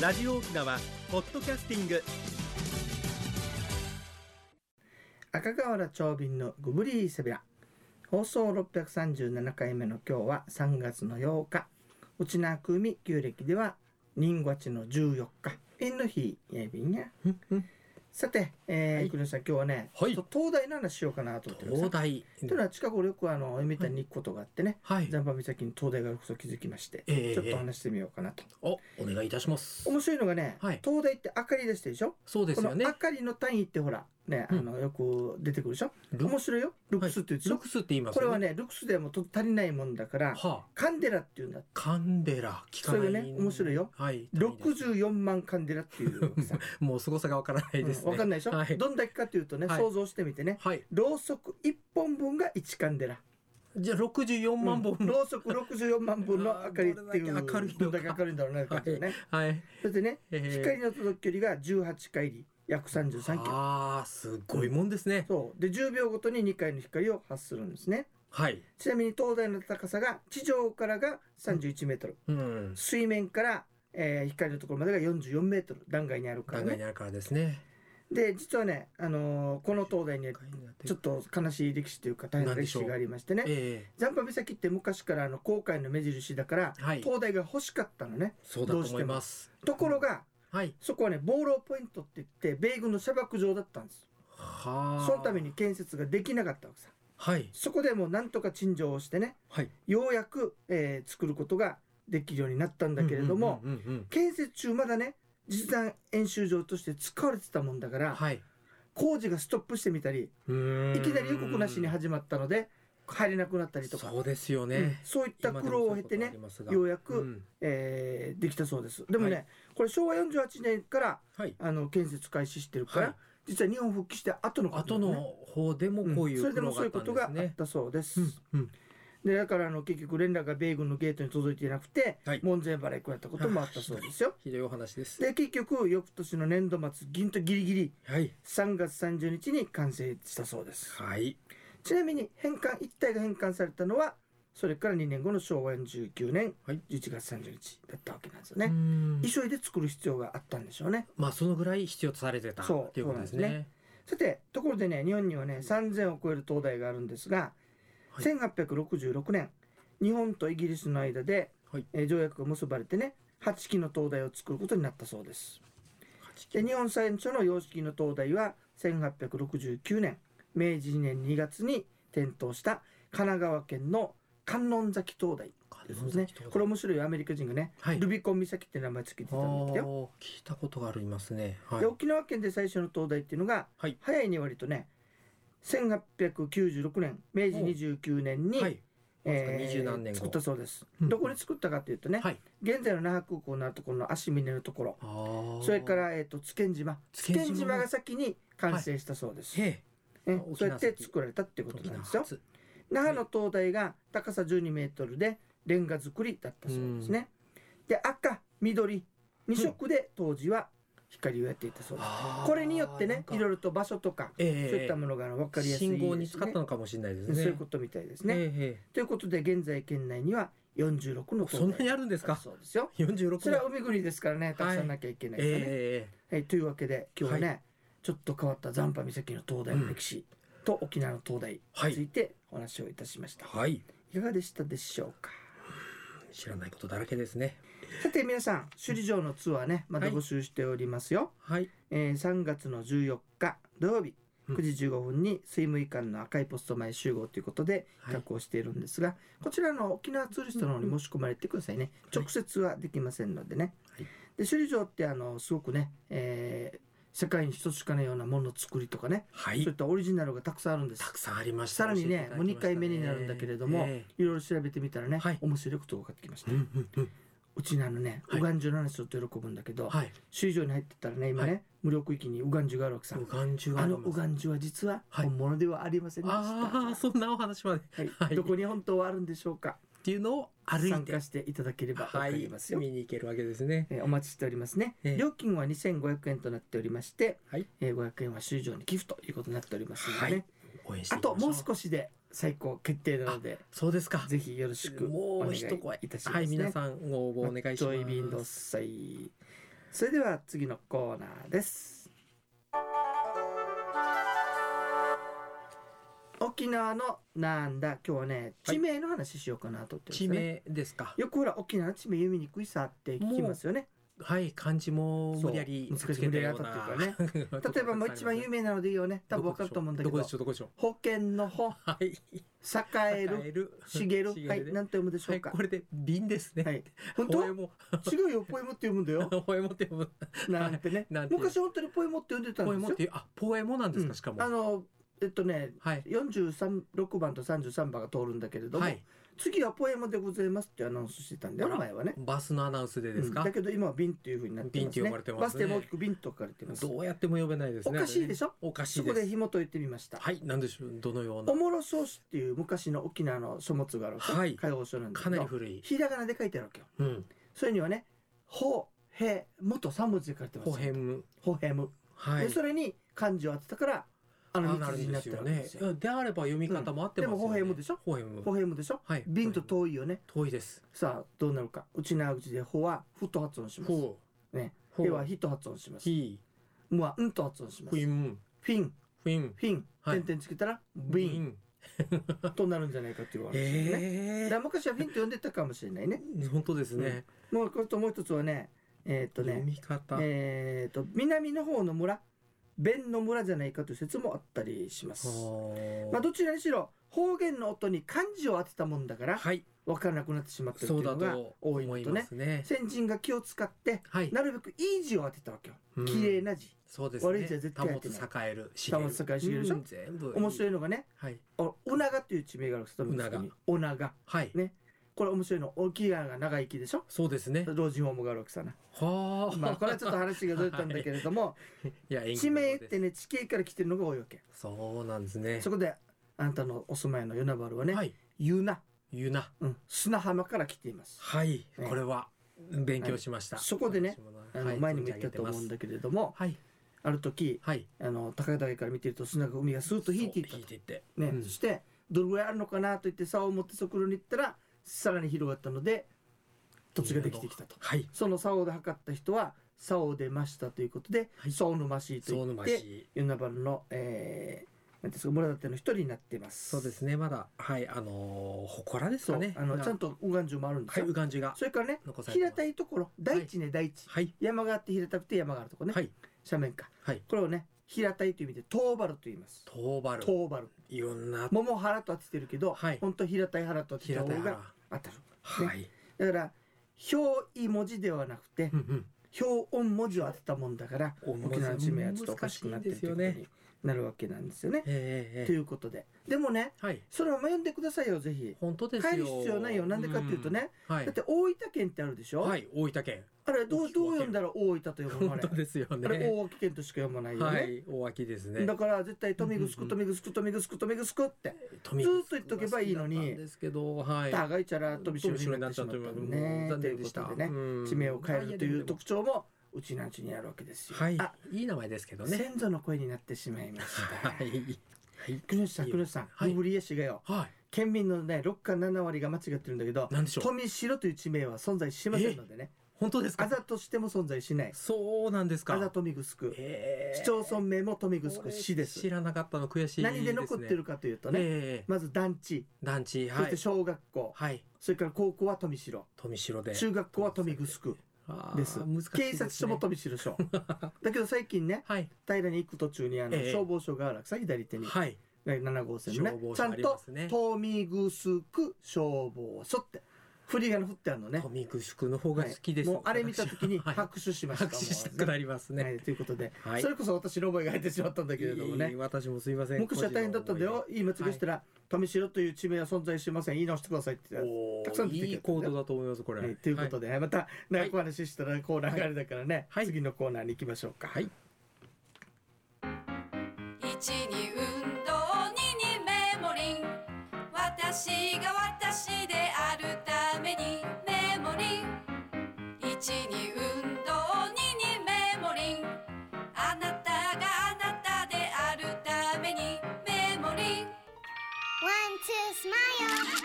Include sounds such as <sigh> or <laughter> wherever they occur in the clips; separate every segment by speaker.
Speaker 1: ラジオ沖縄ポッドキャスティング
Speaker 2: 赤瓦長瓶のグブリーセビラ放送637回目の今日は3月の8日内縄久美旧暦では人ごちの14日縁の日やいびんやさて、えー
Speaker 3: はい
Speaker 2: 黒井さん今日はね、
Speaker 3: はい
Speaker 2: ちょっと東大の話しようかなと思って
Speaker 3: 東大
Speaker 2: というのは近頃よくあの読谷に行くことがあってね
Speaker 3: はい
Speaker 2: 残波岬に東大があることを気づきまして、
Speaker 3: ええ
Speaker 2: ちょっと話してみようかなと
Speaker 3: おお願いいたします
Speaker 2: 面白いのがね、
Speaker 3: はい
Speaker 2: 東大って明かり出してるでしょ
Speaker 3: そうですよね
Speaker 2: この明かりの単位ってほらね、あのよく出てくるでしょ
Speaker 3: ル
Speaker 2: 面白いよルクスって言うでしょ、
Speaker 3: ルクスって言います
Speaker 2: これ
Speaker 3: よ
Speaker 2: は
Speaker 3: ね
Speaker 2: ねルクスではもうと足りないもんだから
Speaker 3: はあ
Speaker 2: カンデラっていうんだ
Speaker 3: カンデラ聞かない
Speaker 2: それね面白いよ
Speaker 3: はい
Speaker 2: 64万カンデラっていうさ、
Speaker 3: もう凄さがわからないです
Speaker 2: うんわか
Speaker 3: ね
Speaker 2: んないでしょ、
Speaker 3: はい
Speaker 2: どんだけかというとね、
Speaker 3: はい
Speaker 2: 想像してみてね
Speaker 3: はい
Speaker 2: ろうそく1本分が1カンデラ
Speaker 3: じゃあ64万本
Speaker 2: うん
Speaker 3: の
Speaker 2: ろうそく64万本の明かりっていう
Speaker 3: あーどれだけ
Speaker 2: ど
Speaker 3: 明
Speaker 2: ん
Speaker 3: る
Speaker 2: だ
Speaker 3: い
Speaker 2: け
Speaker 3: のか
Speaker 2: 明るいんだろうなって感じだよね、
Speaker 3: はい
Speaker 2: それでね
Speaker 3: えー
Speaker 2: 光の届く距離が18回り約33キロ
Speaker 3: あーすごいもんですね
Speaker 2: そうで10秒ごとに2回の光を発するんですね
Speaker 3: はい
Speaker 2: ちなみに東大の高さが地上からが31メートル、
Speaker 3: うん
Speaker 2: 水面から、えー光のところまでが44メートル断崖にあるか
Speaker 3: 考
Speaker 2: ら
Speaker 3: え
Speaker 2: ね
Speaker 3: にあるからですね
Speaker 2: で実はね、あのーこの東大にはちょっ
Speaker 3: と
Speaker 2: と悲しい歴史というか大変な歴史がありましてね
Speaker 3: ええ
Speaker 2: 残波岬って昔からあの航海の目印だから、
Speaker 3: はい
Speaker 2: 灯台が欲しかったのね
Speaker 3: そうだと思います
Speaker 2: ところが
Speaker 3: はい
Speaker 2: そこはねボーローポイントって言って米軍の砂漠場だったんです
Speaker 3: はあ
Speaker 2: そのために建設ができなかったわけさ
Speaker 3: はい
Speaker 2: そこでもうなんとか陳情をしてね
Speaker 3: はい
Speaker 2: ようやく、えー作ることができるようになったんだけれども、
Speaker 3: うんうんうんうん
Speaker 2: 建設中まだね実弾演習場として使われてたもんだから、
Speaker 3: はい
Speaker 2: 工事がストップしてみたりい
Speaker 3: い
Speaker 2: きなり予告なしに始まったので入れなくなったりとか
Speaker 3: そうですよ
Speaker 2: うん
Speaker 3: ね、
Speaker 2: そういった苦労を経てねようやく、えーできたそうですでもね、
Speaker 3: は
Speaker 2: これ昭和48年から
Speaker 3: はい
Speaker 2: あの建設開始してるから、
Speaker 3: はい
Speaker 2: 実は日本復帰して後のこと
Speaker 3: 後
Speaker 2: な
Speaker 3: の
Speaker 2: んだね
Speaker 3: 方でもこうい
Speaker 2: んそうれで
Speaker 3: 苦
Speaker 2: も
Speaker 3: 労
Speaker 2: そ
Speaker 3: があ
Speaker 2: うい
Speaker 3: っ
Speaker 2: うこ
Speaker 3: た
Speaker 2: と
Speaker 3: んで
Speaker 2: があ
Speaker 3: す
Speaker 2: っ
Speaker 3: ね。
Speaker 2: たそうです、
Speaker 3: うん
Speaker 2: でだからあの結局連絡が米軍のゲートに届いていなくて、
Speaker 3: はい
Speaker 2: 門前払い食らったこともあったそうですよ
Speaker 3: ひどいお話です。
Speaker 2: で結局翌年の年度末銀とギリギリ
Speaker 3: はい
Speaker 2: 3月30日に完成したそうです
Speaker 3: はい
Speaker 2: ちなみに返還一体が返還されたのはそれから2年後の昭和49年
Speaker 3: はい
Speaker 2: 11月30日だったわけなんですよね、
Speaker 3: うん
Speaker 2: 急いで作る必要があったんでしょうね
Speaker 3: まあそのぐらい必要とされてた
Speaker 2: そう
Speaker 3: っていうことです
Speaker 2: そうなん
Speaker 3: ね。
Speaker 2: さてところでね日本にはね3000を超える灯台があるんですが、
Speaker 3: はい
Speaker 2: 1866年日本とイギリスの間で、
Speaker 3: はい
Speaker 2: えー条約が結ばれてね8基の灯台を作ることになったそうですで日本最初の洋式の灯台は1869年明治2年2月に点灯した神奈川県の観音崎灯台ですねこれ面白いよアメリカ人がね、
Speaker 3: はい
Speaker 2: ルビコン岬って名前つけて
Speaker 3: あ
Speaker 2: たんだってよ
Speaker 3: ー聞いたことがありますね。はい
Speaker 2: で。沖縄県で最初の灯台っていうのが、
Speaker 3: はい
Speaker 2: 早いに割とね1896年明治
Speaker 3: おう
Speaker 2: 29年に、
Speaker 3: はい
Speaker 2: えー
Speaker 3: 20何年後
Speaker 2: 作ったそうです、
Speaker 3: うん
Speaker 2: どこで作ったかというとね、
Speaker 3: はい。
Speaker 2: 現在の那覇空港のあるところの足峰のところ
Speaker 3: あー
Speaker 2: それから、えー、と津堅島
Speaker 3: 津
Speaker 2: 津
Speaker 3: 堅島
Speaker 2: 堅島が先に完成したそうです、
Speaker 3: ええ
Speaker 2: ね
Speaker 3: あ
Speaker 2: そうやって
Speaker 3: 沖縄先
Speaker 2: 作られたっていうこと
Speaker 3: 時
Speaker 2: なん
Speaker 3: の
Speaker 2: ですよ
Speaker 3: 初
Speaker 2: 那覇の灯台が高さ12メートルでレンガ造りだったそうですね、で赤緑2色で当時は光をやっていたそうです、
Speaker 3: あー
Speaker 2: これによってねいろい
Speaker 3: ろ
Speaker 2: ろと場所とか
Speaker 3: そう
Speaker 2: そういったものが分かりやすいですね、
Speaker 3: 信号に使ったのかもしれないですね。
Speaker 2: そういうことみたいです
Speaker 3: え
Speaker 2: ね。
Speaker 3: えええ
Speaker 2: ということで現在県内には46の
Speaker 3: そんなにあるんですか
Speaker 2: そうですよ。
Speaker 3: 46
Speaker 2: それは海国ですからねたくさ
Speaker 3: は
Speaker 2: ん
Speaker 3: い
Speaker 2: なきゃいけないですよね。
Speaker 3: え
Speaker 2: はいというわけで今日はね、
Speaker 3: は
Speaker 2: ちょっと変わった残波岬の灯台の歴史と沖縄の灯台についてお話をいたしまし
Speaker 3: え
Speaker 2: た。
Speaker 3: はい
Speaker 2: いかがでしたでしょうか。
Speaker 3: 知らないことだらけですね
Speaker 2: さて皆さん首里城のツアーねまた
Speaker 3: はい
Speaker 2: 募集しておりますよ。
Speaker 3: はい
Speaker 2: えー3月の14日土曜日
Speaker 3: うん
Speaker 2: 9時15分に水務館の赤いポスト前集合ということで
Speaker 3: はい
Speaker 2: 企画をしているんですが、こちらの沖縄ツーリストの方に申し込まれてくださいね、
Speaker 3: はい
Speaker 2: 直接はできませんのでね、
Speaker 3: はい
Speaker 2: で首里城ってあのすごくね、えー世界に一つしかないようなもの作りとかね、
Speaker 3: は
Speaker 2: そうい
Speaker 3: い
Speaker 2: ったオリジナルがたくさんあるんです
Speaker 3: たくさんありました
Speaker 2: さらにね
Speaker 3: 教えていた
Speaker 2: も
Speaker 3: だき
Speaker 2: う2
Speaker 3: ましたね
Speaker 2: 回目になるんだけれども、
Speaker 3: え
Speaker 2: いろいろ調べてみたらね、
Speaker 3: はい
Speaker 2: 面白いことが分かってきまし
Speaker 3: え
Speaker 2: た、
Speaker 3: うんうんうん
Speaker 2: うちのあのね
Speaker 3: はい
Speaker 2: ウガンジュの話ちょっと喜ぶんだけど、
Speaker 3: はい
Speaker 2: 首里城に入ってったらね今ね、
Speaker 3: は
Speaker 2: 無料区域にウガンジュがあるわけさ
Speaker 3: ウガンジュが
Speaker 2: あ
Speaker 3: あり
Speaker 2: の
Speaker 3: ます
Speaker 2: ウガンジュは実は
Speaker 3: はい
Speaker 2: 本物ではありませんでした。
Speaker 3: ああ
Speaker 2: は
Speaker 3: そんなお話まで
Speaker 2: い
Speaker 3: はい
Speaker 2: どこに本当はあるんでしょうか。
Speaker 3: っていうのを歩い
Speaker 2: 参
Speaker 3: て
Speaker 2: 加していただければわか
Speaker 3: はい
Speaker 2: りますよ。
Speaker 3: 見に行けるわけですね
Speaker 2: えーお待ちしておりますね。
Speaker 3: ええ
Speaker 2: 料金は2500円となっておりまして、
Speaker 3: はい
Speaker 2: えー500円は修上に寄付ということになっておりますので
Speaker 3: は
Speaker 2: ね。
Speaker 3: い応援して
Speaker 2: あ
Speaker 3: いきましょ
Speaker 2: ともう少しで最高決定なので、
Speaker 3: そうですか
Speaker 2: ぜひよろしく
Speaker 3: も
Speaker 2: お願
Speaker 3: う
Speaker 2: い
Speaker 3: 一声
Speaker 2: いたしますね。
Speaker 3: はい皆さんご応募お願いします
Speaker 2: ジョイビンドッサイ。それでは次のコーナーです沖縄のなんだ今日はね
Speaker 3: はい
Speaker 2: 地名の話しようかなと思ってます
Speaker 3: 地
Speaker 2: ね、
Speaker 3: 名ですか。
Speaker 2: よくほら沖縄の地名読みにくいさって聞きますよね
Speaker 3: はい、漢字も無理やり
Speaker 2: そう
Speaker 3: つけたよう
Speaker 2: 難
Speaker 3: な。
Speaker 2: しく例えばもう一番有名なのでいいよね多分わかると思うんだけど
Speaker 3: どこでしょう、どこでしょう。
Speaker 2: 保険の保
Speaker 3: はい。
Speaker 2: 栄える
Speaker 3: える
Speaker 2: 茂る
Speaker 3: 茂
Speaker 2: はい
Speaker 3: で
Speaker 2: 何と読むでし
Speaker 3: は
Speaker 2: ょう
Speaker 3: い、
Speaker 2: か
Speaker 3: これで瓶ですね。
Speaker 2: はい本
Speaker 3: ポエ
Speaker 2: 当
Speaker 3: モ。
Speaker 2: 違うよポエモって読むんだよ
Speaker 3: ポエモって呼ぶ。
Speaker 2: なんてね
Speaker 3: <laughs> なんていう
Speaker 2: 昔本当にポエモって読んでたん
Speaker 3: ポエ
Speaker 2: ですよ
Speaker 3: モって、あ、ポエモなんです
Speaker 2: う
Speaker 3: か、
Speaker 2: ん
Speaker 3: しかも
Speaker 2: あ。のえっとね
Speaker 3: はい。
Speaker 2: 436番と33番が通るんだけれども、
Speaker 3: はい。
Speaker 2: 次はポエムでございますってアナウンスしてたんで
Speaker 3: あら
Speaker 2: 前はね、
Speaker 3: バスのアナウンスでです
Speaker 2: うん
Speaker 3: か
Speaker 2: だ。けど今は瓶っていうふうになってますね
Speaker 3: 瓶って呼ばれてますね
Speaker 2: バスでも大きく瓶と書かれてます
Speaker 3: どうやっても呼べないですね。
Speaker 2: おかしいでしょ
Speaker 3: あれねおかし
Speaker 2: そ
Speaker 3: い
Speaker 2: こ
Speaker 3: で。
Speaker 2: です紐解いてみました、
Speaker 3: はい、なんでしょう、どのような
Speaker 2: お。もろそうしっていう昔の沖縄の書物があるわけ、
Speaker 3: はい
Speaker 2: 解放書なんだけ
Speaker 3: か
Speaker 2: ど
Speaker 3: なり古い。
Speaker 2: ひらがなで書いてあるわけよ
Speaker 3: うん。
Speaker 2: それにはね「ほへも」と3文字で書いてます
Speaker 3: ポヘム。
Speaker 2: ほへむ、
Speaker 3: はい
Speaker 2: で。それに漢字を当てたからあ
Speaker 3: あ
Speaker 2: の
Speaker 3: な
Speaker 2: 三
Speaker 3: る
Speaker 2: つ字
Speaker 3: ん
Speaker 2: に
Speaker 3: で
Speaker 2: なっ
Speaker 3: す
Speaker 2: て
Speaker 3: よ
Speaker 2: るわけで
Speaker 3: ね
Speaker 2: す。
Speaker 3: い
Speaker 2: よ
Speaker 3: やであれば読み方も合ってますよね。
Speaker 2: うんでもホヘムでしょ
Speaker 3: ホヘム。
Speaker 2: ほへむでしょ
Speaker 3: はい。
Speaker 2: 瓶と遠いよね
Speaker 3: 遠いです。
Speaker 2: さあどうなるかうちなうちで「ほ」は「ふ」と発音します
Speaker 3: ほう。
Speaker 2: ね。「
Speaker 3: ほ
Speaker 2: へ」は「
Speaker 3: う。
Speaker 2: ひ」と発音します
Speaker 3: ひ。
Speaker 2: 「む」は「ん」と発音しま
Speaker 3: ふ
Speaker 2: す
Speaker 3: いむ。
Speaker 2: 「フィン」
Speaker 3: ふいむ。
Speaker 2: 「フィン」
Speaker 3: はい
Speaker 2: 点々つけたら「ビン」。となるんじゃないかっていう話です
Speaker 3: え
Speaker 2: ね、だから
Speaker 3: え。
Speaker 2: 昔は「フィン」と呼んでたかもしれないね
Speaker 3: 本当ですね。
Speaker 2: もうこれともう一つはねえーっと
Speaker 3: 読
Speaker 2: ね
Speaker 3: み方。
Speaker 2: えーっと南の方の村弁の村じゃないかという説もあったりします
Speaker 3: ほう
Speaker 2: まあどちらにしろ方言の音に漢字を当てたもんだから
Speaker 3: はい。
Speaker 2: 分からなくなってしまってるって
Speaker 3: そ
Speaker 2: いううの
Speaker 3: だ
Speaker 2: が
Speaker 3: と
Speaker 2: 多
Speaker 3: 思
Speaker 2: いの
Speaker 3: い
Speaker 2: と
Speaker 3: ま
Speaker 2: ね
Speaker 3: すね。
Speaker 2: 先人が気を使って
Speaker 3: はい。
Speaker 2: なるべくいい字を当てたわけよ。
Speaker 3: うん
Speaker 2: 綺麗な字。
Speaker 3: そうですね。
Speaker 2: 悪い字は絶対入ってない
Speaker 3: 保栄える。
Speaker 2: 保つ栄える茂るでしょ
Speaker 3: うん全部。
Speaker 2: 面白
Speaker 3: い。
Speaker 2: いのがね、
Speaker 3: はい。
Speaker 2: お、おながという地名があるんですけど、
Speaker 3: おなが
Speaker 2: おなが。
Speaker 3: はい
Speaker 2: ね。これ面白いの。沖縄が長生きでしょ
Speaker 3: そうですね。
Speaker 2: 老人ホームがあるわけさな。
Speaker 3: <laughs> はあ。
Speaker 2: まあ、これはちょっと話がずれたんだけれども、
Speaker 3: いや、 <laughs> 演技
Speaker 2: 地名っ
Speaker 3: です
Speaker 2: てね、地形から来てるのが多いわけ。
Speaker 3: そうなんですね
Speaker 2: そ。こで、あんたのお住まいの与那原はね、
Speaker 3: はい。
Speaker 2: 湯名、
Speaker 3: ゆな。
Speaker 2: うん、砂浜から来ています。
Speaker 3: はい。
Speaker 2: ね
Speaker 3: これは勉強しました。
Speaker 2: はいそこでね
Speaker 3: 私もな、
Speaker 2: あ
Speaker 3: は
Speaker 2: の
Speaker 3: い
Speaker 2: 前にも言ったと思うんだけれども、
Speaker 3: はい。
Speaker 2: ある時、
Speaker 3: はい。
Speaker 2: あの高田台から見てると砂が海がスーッと引いていった
Speaker 3: そう引いていって。
Speaker 2: ね、
Speaker 3: うん
Speaker 2: そしてどれぐらいあるのかなと言って竿を持ってそこに行ったらさらに広がったので土地ができてきたと
Speaker 3: はい。
Speaker 2: その竿で測った人は竿でましたということで
Speaker 3: はい
Speaker 2: 竿のましと
Speaker 3: そう
Speaker 2: 言
Speaker 3: のま
Speaker 2: って
Speaker 3: し。
Speaker 2: 与那原の、えー、なんていうんですか村立の一人になってます
Speaker 3: そうですね。まだ、はい。あのー、ほこらです
Speaker 2: そ
Speaker 3: か
Speaker 2: う
Speaker 3: ね。
Speaker 2: あのちゃん
Speaker 3: と。
Speaker 2: と右岸城もあるんです
Speaker 3: はい。
Speaker 2: よ、
Speaker 3: うがんじが。
Speaker 2: それからね
Speaker 3: 残されてま
Speaker 2: 平
Speaker 3: す
Speaker 2: たいところ大地ね大地、
Speaker 3: はい。
Speaker 2: 山があって平たくて山があるところね、
Speaker 3: はい。
Speaker 2: 斜面か
Speaker 3: はい。
Speaker 2: これをね平たいという意味で遠原と言います
Speaker 3: トーバル。
Speaker 2: 遠原
Speaker 3: いろんな。
Speaker 2: 桃原と当ててるけど、
Speaker 3: はい
Speaker 2: 本当平たい原と当て
Speaker 3: 平
Speaker 2: た方
Speaker 3: たい
Speaker 2: が
Speaker 3: 腹。
Speaker 2: 当たる
Speaker 3: はい。
Speaker 2: だから表意文字ではなくて
Speaker 3: うんうん。
Speaker 2: 表音文字を当てたもんだから沖縄の地名はちょっとおかしくなってる
Speaker 3: 難
Speaker 2: っ
Speaker 3: しい
Speaker 2: て
Speaker 3: ん
Speaker 2: こ
Speaker 3: ですよ
Speaker 2: と
Speaker 3: ね。
Speaker 2: になるわけなんですよね。
Speaker 3: え
Speaker 2: と
Speaker 3: え
Speaker 2: い
Speaker 3: え
Speaker 2: うことででもね
Speaker 3: え。はい。
Speaker 2: そのまま読んでくださいよぜひ。
Speaker 3: 本当ですよ。
Speaker 2: 帰る必要ないよなんでかっていうとね
Speaker 3: うん。は
Speaker 2: だっ
Speaker 3: い。
Speaker 2: て大分県ってあるでしょ、
Speaker 3: はい。大分県。
Speaker 2: あれどう
Speaker 3: 大きく
Speaker 2: どう
Speaker 3: 分け
Speaker 2: 読
Speaker 3: る
Speaker 2: んだら大分と読むのあ
Speaker 3: 本
Speaker 2: れ,、
Speaker 3: 当ですよ
Speaker 2: あれ
Speaker 3: ね。
Speaker 2: 大分県としか読まないよね。
Speaker 3: はい。大きですね。
Speaker 2: だから絶対「とみぐす
Speaker 3: う
Speaker 2: く
Speaker 3: ん
Speaker 2: とみぐすくとみぐすくとみぐすく」って
Speaker 3: 富
Speaker 2: ずーっと言っとけばいいのに
Speaker 3: 好きだったんですけど、は
Speaker 2: 「
Speaker 3: い。
Speaker 2: たがいちゃらとびしろ」
Speaker 3: 富
Speaker 2: に
Speaker 3: 城に
Speaker 2: な
Speaker 3: な
Speaker 2: っ
Speaker 3: ってち
Speaker 2: し
Speaker 3: ゃ
Speaker 2: ま
Speaker 3: っ
Speaker 2: ったた
Speaker 3: という
Speaker 2: の
Speaker 3: もう
Speaker 2: ね。
Speaker 3: 残
Speaker 2: とい
Speaker 3: 念
Speaker 2: う
Speaker 3: で
Speaker 2: こ
Speaker 3: した。
Speaker 2: とでね
Speaker 3: うん
Speaker 2: 地名を変えるという特徴もうちなんちにあるわけですよ。
Speaker 3: はい
Speaker 2: あ。
Speaker 3: いい名前ですけどね。
Speaker 2: 先祖の声になってしまいました。
Speaker 3: はい。はい。
Speaker 2: くぬしさん、
Speaker 3: いい
Speaker 2: く
Speaker 3: よ
Speaker 2: ぬしさん、
Speaker 3: はい
Speaker 2: ブリエ氏がよ、
Speaker 3: は
Speaker 2: 県民のね、6から7割が間違ってるんだけど
Speaker 3: い。、なんでしょう。
Speaker 2: 富城という地名は存在しませんのでね、
Speaker 3: 本当です
Speaker 2: あ
Speaker 3: か
Speaker 2: ざ。としても存在しない。
Speaker 3: そうなんです
Speaker 2: あ
Speaker 3: か。
Speaker 2: ざとみぐすく、
Speaker 3: ええ
Speaker 2: 市町村名もとみぐすく市です
Speaker 3: 知らなかったの悔しいすね。
Speaker 2: 何で残ってるかというとね、
Speaker 3: ええ。
Speaker 2: まず団地、
Speaker 3: 団地、
Speaker 2: そ
Speaker 3: は
Speaker 2: して
Speaker 3: い。
Speaker 2: 小学校、
Speaker 3: はい。
Speaker 2: それから高校は富城、
Speaker 3: 富城で。
Speaker 2: 中学校は富城
Speaker 3: あー
Speaker 2: です。
Speaker 3: 難しい
Speaker 2: 警察署も
Speaker 3: と。
Speaker 2: 富城
Speaker 3: <laughs>
Speaker 2: 署。だけど最近ね、
Speaker 3: はい。
Speaker 2: 平に行く途中にあの
Speaker 3: ええ
Speaker 2: 消防署があるわけさ、左手に。
Speaker 3: はい。
Speaker 2: 第7号線ね
Speaker 3: 消防
Speaker 2: ちゃ
Speaker 3: 署
Speaker 2: ん
Speaker 3: ありま
Speaker 2: と
Speaker 3: すね
Speaker 2: 「トミグスク消防署」って振り仮名振ってあるのね
Speaker 3: 富城宿の方が好きです。
Speaker 2: はいもうあれ見た時に
Speaker 3: はい
Speaker 2: 拍手しました、
Speaker 3: 拍手したく
Speaker 2: り
Speaker 3: なりますね。
Speaker 2: ということで、
Speaker 3: はい
Speaker 2: それこそ私の思いが入ってしまったんだけれどもね
Speaker 3: いい私もすいません。
Speaker 2: 目視は大変だったんだよ言い間違いしたら「富城という地名は存在しません言い直してください」って
Speaker 3: 個人の思いで。た
Speaker 2: たく
Speaker 3: く
Speaker 2: さ
Speaker 3: さ
Speaker 2: ん
Speaker 3: んいい
Speaker 2: 出てきたんだよ
Speaker 3: 行動だと思います、これ。
Speaker 2: はいということ
Speaker 3: で。
Speaker 2: で、また長くお話ししたらコーナーがあれだからね、
Speaker 3: はい
Speaker 2: 次のコーナーに行きましょうか。
Speaker 3: はい。
Speaker 4: 一に運動二にメモリン私が私であるためにメモリン一に運動二にメモリンあなたがあなたであるためにメモリン
Speaker 5: One, two, smile.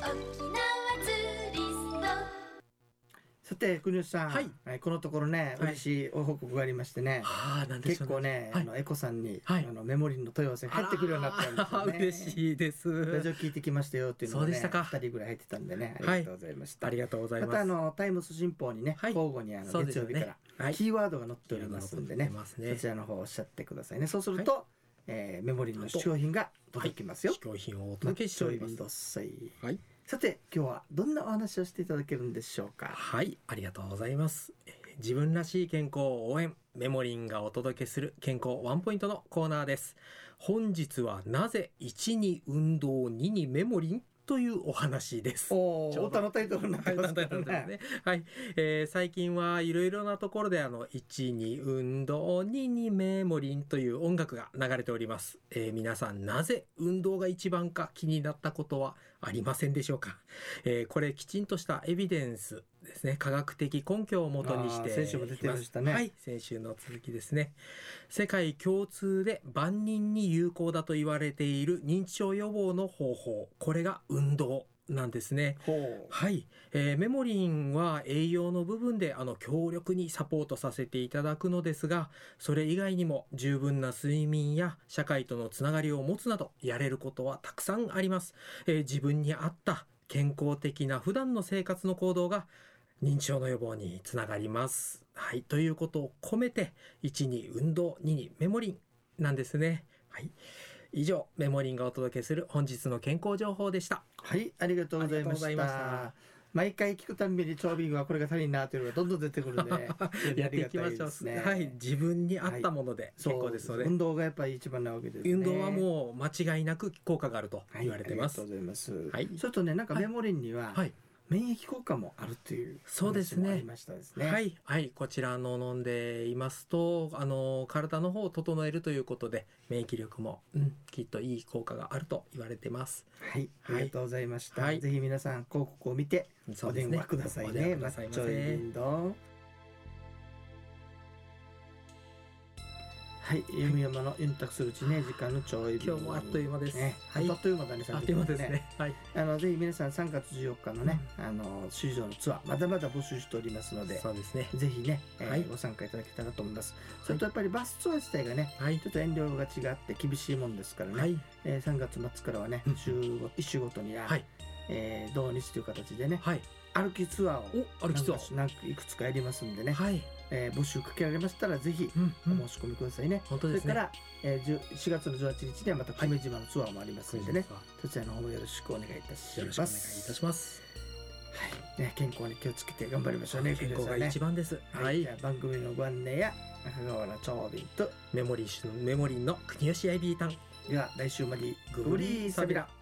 Speaker 5: OPS. 沖縄ツーリスト。
Speaker 2: ささて国吉さん、
Speaker 3: はい
Speaker 2: えーこのところね
Speaker 3: はい
Speaker 2: 嬉しいご報告がありましてね、
Speaker 3: ああ、なんでしょ
Speaker 2: 結
Speaker 3: う
Speaker 2: 構ね、
Speaker 3: はい
Speaker 2: あのエコさんに、
Speaker 3: はい
Speaker 2: あのメモリーの問い合わせが入ってくるようになったんですよね
Speaker 3: あらー嬉しいで
Speaker 2: ラジ
Speaker 3: す。
Speaker 2: オ聞いてきましたよっていうのが
Speaker 3: そう
Speaker 2: ね
Speaker 3: でしたか
Speaker 2: 2人ぐらい入ってたんでねあり
Speaker 3: はい
Speaker 2: がとうございました、
Speaker 3: ありがとうござい
Speaker 2: ま
Speaker 3: ます。
Speaker 2: たあのタイムス新報にね、
Speaker 3: はい
Speaker 2: 交互にあの
Speaker 3: そうで
Speaker 2: 月
Speaker 3: す
Speaker 2: 曜
Speaker 3: よ
Speaker 2: 日
Speaker 3: ね
Speaker 2: から
Speaker 3: はい
Speaker 2: キーワードが載っておりますんでね,、
Speaker 3: いろいろ載ってますね
Speaker 2: そちらの方をおっしゃってくださいねそうすると、えーメモリーの商品が届きますよ、
Speaker 3: 試供品をお届けしております
Speaker 2: ご。賞味ください
Speaker 3: はい。
Speaker 2: さて今日はどんなお話をしていただけるんでしょうか
Speaker 3: はい、ありがとうございます。えー自分らしい健康を応援、メモリンがお届けする健康ワンポイントのコーナーです。本日はなぜ1に運動、2にメモリンというお話です。
Speaker 2: お
Speaker 3: ちょうど
Speaker 2: お歌のタイトルになっ
Speaker 3: は
Speaker 2: て
Speaker 3: い、
Speaker 2: ます
Speaker 3: 団
Speaker 2: け
Speaker 3: 体
Speaker 2: ど
Speaker 3: なんです
Speaker 2: ね
Speaker 3: ね。はい、えー最近はいろいろなところであの1に運動2にメモリンという音楽が流れております。えー皆さんなぜ運動が一番か気になったことはありませんでしょうか。えーこれきちんとしたエビデンスですね。科学的根拠をもとにして
Speaker 2: あー先週も出てましたね
Speaker 3: はい、先週の続きですね。世界共通で万人に有効だと言われている認知症予防の方法。これが運動なんですね。
Speaker 2: ほう
Speaker 3: はい、えーメモリンは栄養の部分であの強力にサポートさせていただくのですがそれ以外にも十分な睡眠や社会とのつながりを持つなどやれることはたくさんあります、えー自分に合った健康的な普段の生活の行動が認知症の予防につながりますはいということを込めて1に運動2にメモリンなんですねはい以上メモリンがお届けする本日の健康情報でした
Speaker 2: はいありがとうございました
Speaker 3: ありがとうございました
Speaker 2: 毎回聞くたんびに長瓶はこれが足りんなというのがどんどん出てくるんでね
Speaker 3: <laughs> やっていきましょ
Speaker 2: ありがた
Speaker 3: う。
Speaker 2: ですね
Speaker 3: はい、自分に合ったもので結
Speaker 2: そう
Speaker 3: 構ですので、
Speaker 2: 運動がやっぱり一番なわけです、ね、
Speaker 3: 運動はもう間違いなく効果があると
Speaker 2: はい
Speaker 3: 言われてます
Speaker 2: あ。りがとうございます、
Speaker 3: はい
Speaker 2: ちょっとねなんか
Speaker 3: はい
Speaker 2: メモリーには
Speaker 3: はい、
Speaker 2: 免疫効果もあるっていう
Speaker 3: そうですね
Speaker 2: 話もありましたですね
Speaker 3: はい、はい、こちらの飲んでいますと、あの体の方を整えるということで免疫力も、うん、きっといい効果があると言われてます。
Speaker 2: はい、あ
Speaker 3: はい
Speaker 2: りがとうございました、
Speaker 3: はい
Speaker 2: ぜひ皆さん広告を見て
Speaker 3: そ
Speaker 2: お
Speaker 3: うです
Speaker 2: 電
Speaker 3: ね
Speaker 2: 話ください
Speaker 3: お
Speaker 2: ね
Speaker 3: 電話く
Speaker 2: マ
Speaker 3: ださい
Speaker 2: ッ
Speaker 3: ま
Speaker 2: チ
Speaker 3: せ
Speaker 2: ョイ運動はい、弓山のユンタクするうちね時間のちょい
Speaker 3: 今日もあっという間です
Speaker 2: ね、
Speaker 3: はい
Speaker 2: あっという間だね
Speaker 3: あっという間です
Speaker 2: 30分
Speaker 3: ね。はい、
Speaker 2: あのぜひ皆さん3月14日のね、あの首里城のツアーまだまだ募集しておりますので
Speaker 3: そうですね。
Speaker 2: ぜひね、えー
Speaker 3: はい
Speaker 2: ご参加いただけたらと思います。それとやっぱりバスツアー自体がね、
Speaker 3: はい
Speaker 2: ち、ょっと遠慮が違って厳しいもんですからね、
Speaker 3: はい、
Speaker 2: えー3月末からはね
Speaker 3: うん、
Speaker 2: 週ご一週ごとにや、
Speaker 3: はい、
Speaker 2: えー同日という形でね、
Speaker 3: はい、
Speaker 2: 歩きツアーを
Speaker 3: お、歩きそう。
Speaker 2: 何かいくつかやりますんでね、
Speaker 3: はい、
Speaker 2: えー募集かけられましたらぜひ
Speaker 3: うん、う
Speaker 2: お
Speaker 3: ん
Speaker 2: 申、し込みくださいね。
Speaker 3: 本当
Speaker 2: そ
Speaker 3: で
Speaker 2: れ
Speaker 3: す
Speaker 2: か
Speaker 3: ね。
Speaker 2: ら、えー、10 4月の18日にはまた久米島のツアーもありますんでね、
Speaker 3: よ
Speaker 2: そちらの方もよろしくお願いいたします。
Speaker 3: ろしくお願いいたします。
Speaker 2: はい、ね、健康に気をつけて頑張りましょうね。
Speaker 3: 健
Speaker 2: 皆
Speaker 3: 康
Speaker 2: さ
Speaker 3: が
Speaker 2: んね
Speaker 3: 一番です。
Speaker 2: はい、じゃあ番組のご案内や中川原長瓶と
Speaker 3: メモリーのメモリーの国吉アイビータン
Speaker 2: では来週まで
Speaker 3: グ
Speaker 2: グ
Speaker 3: リ
Speaker 2: リ
Speaker 3: ー
Speaker 2: ー
Speaker 3: サ
Speaker 2: サ
Speaker 3: ビ
Speaker 2: ビ
Speaker 3: ラ
Speaker 2: ラ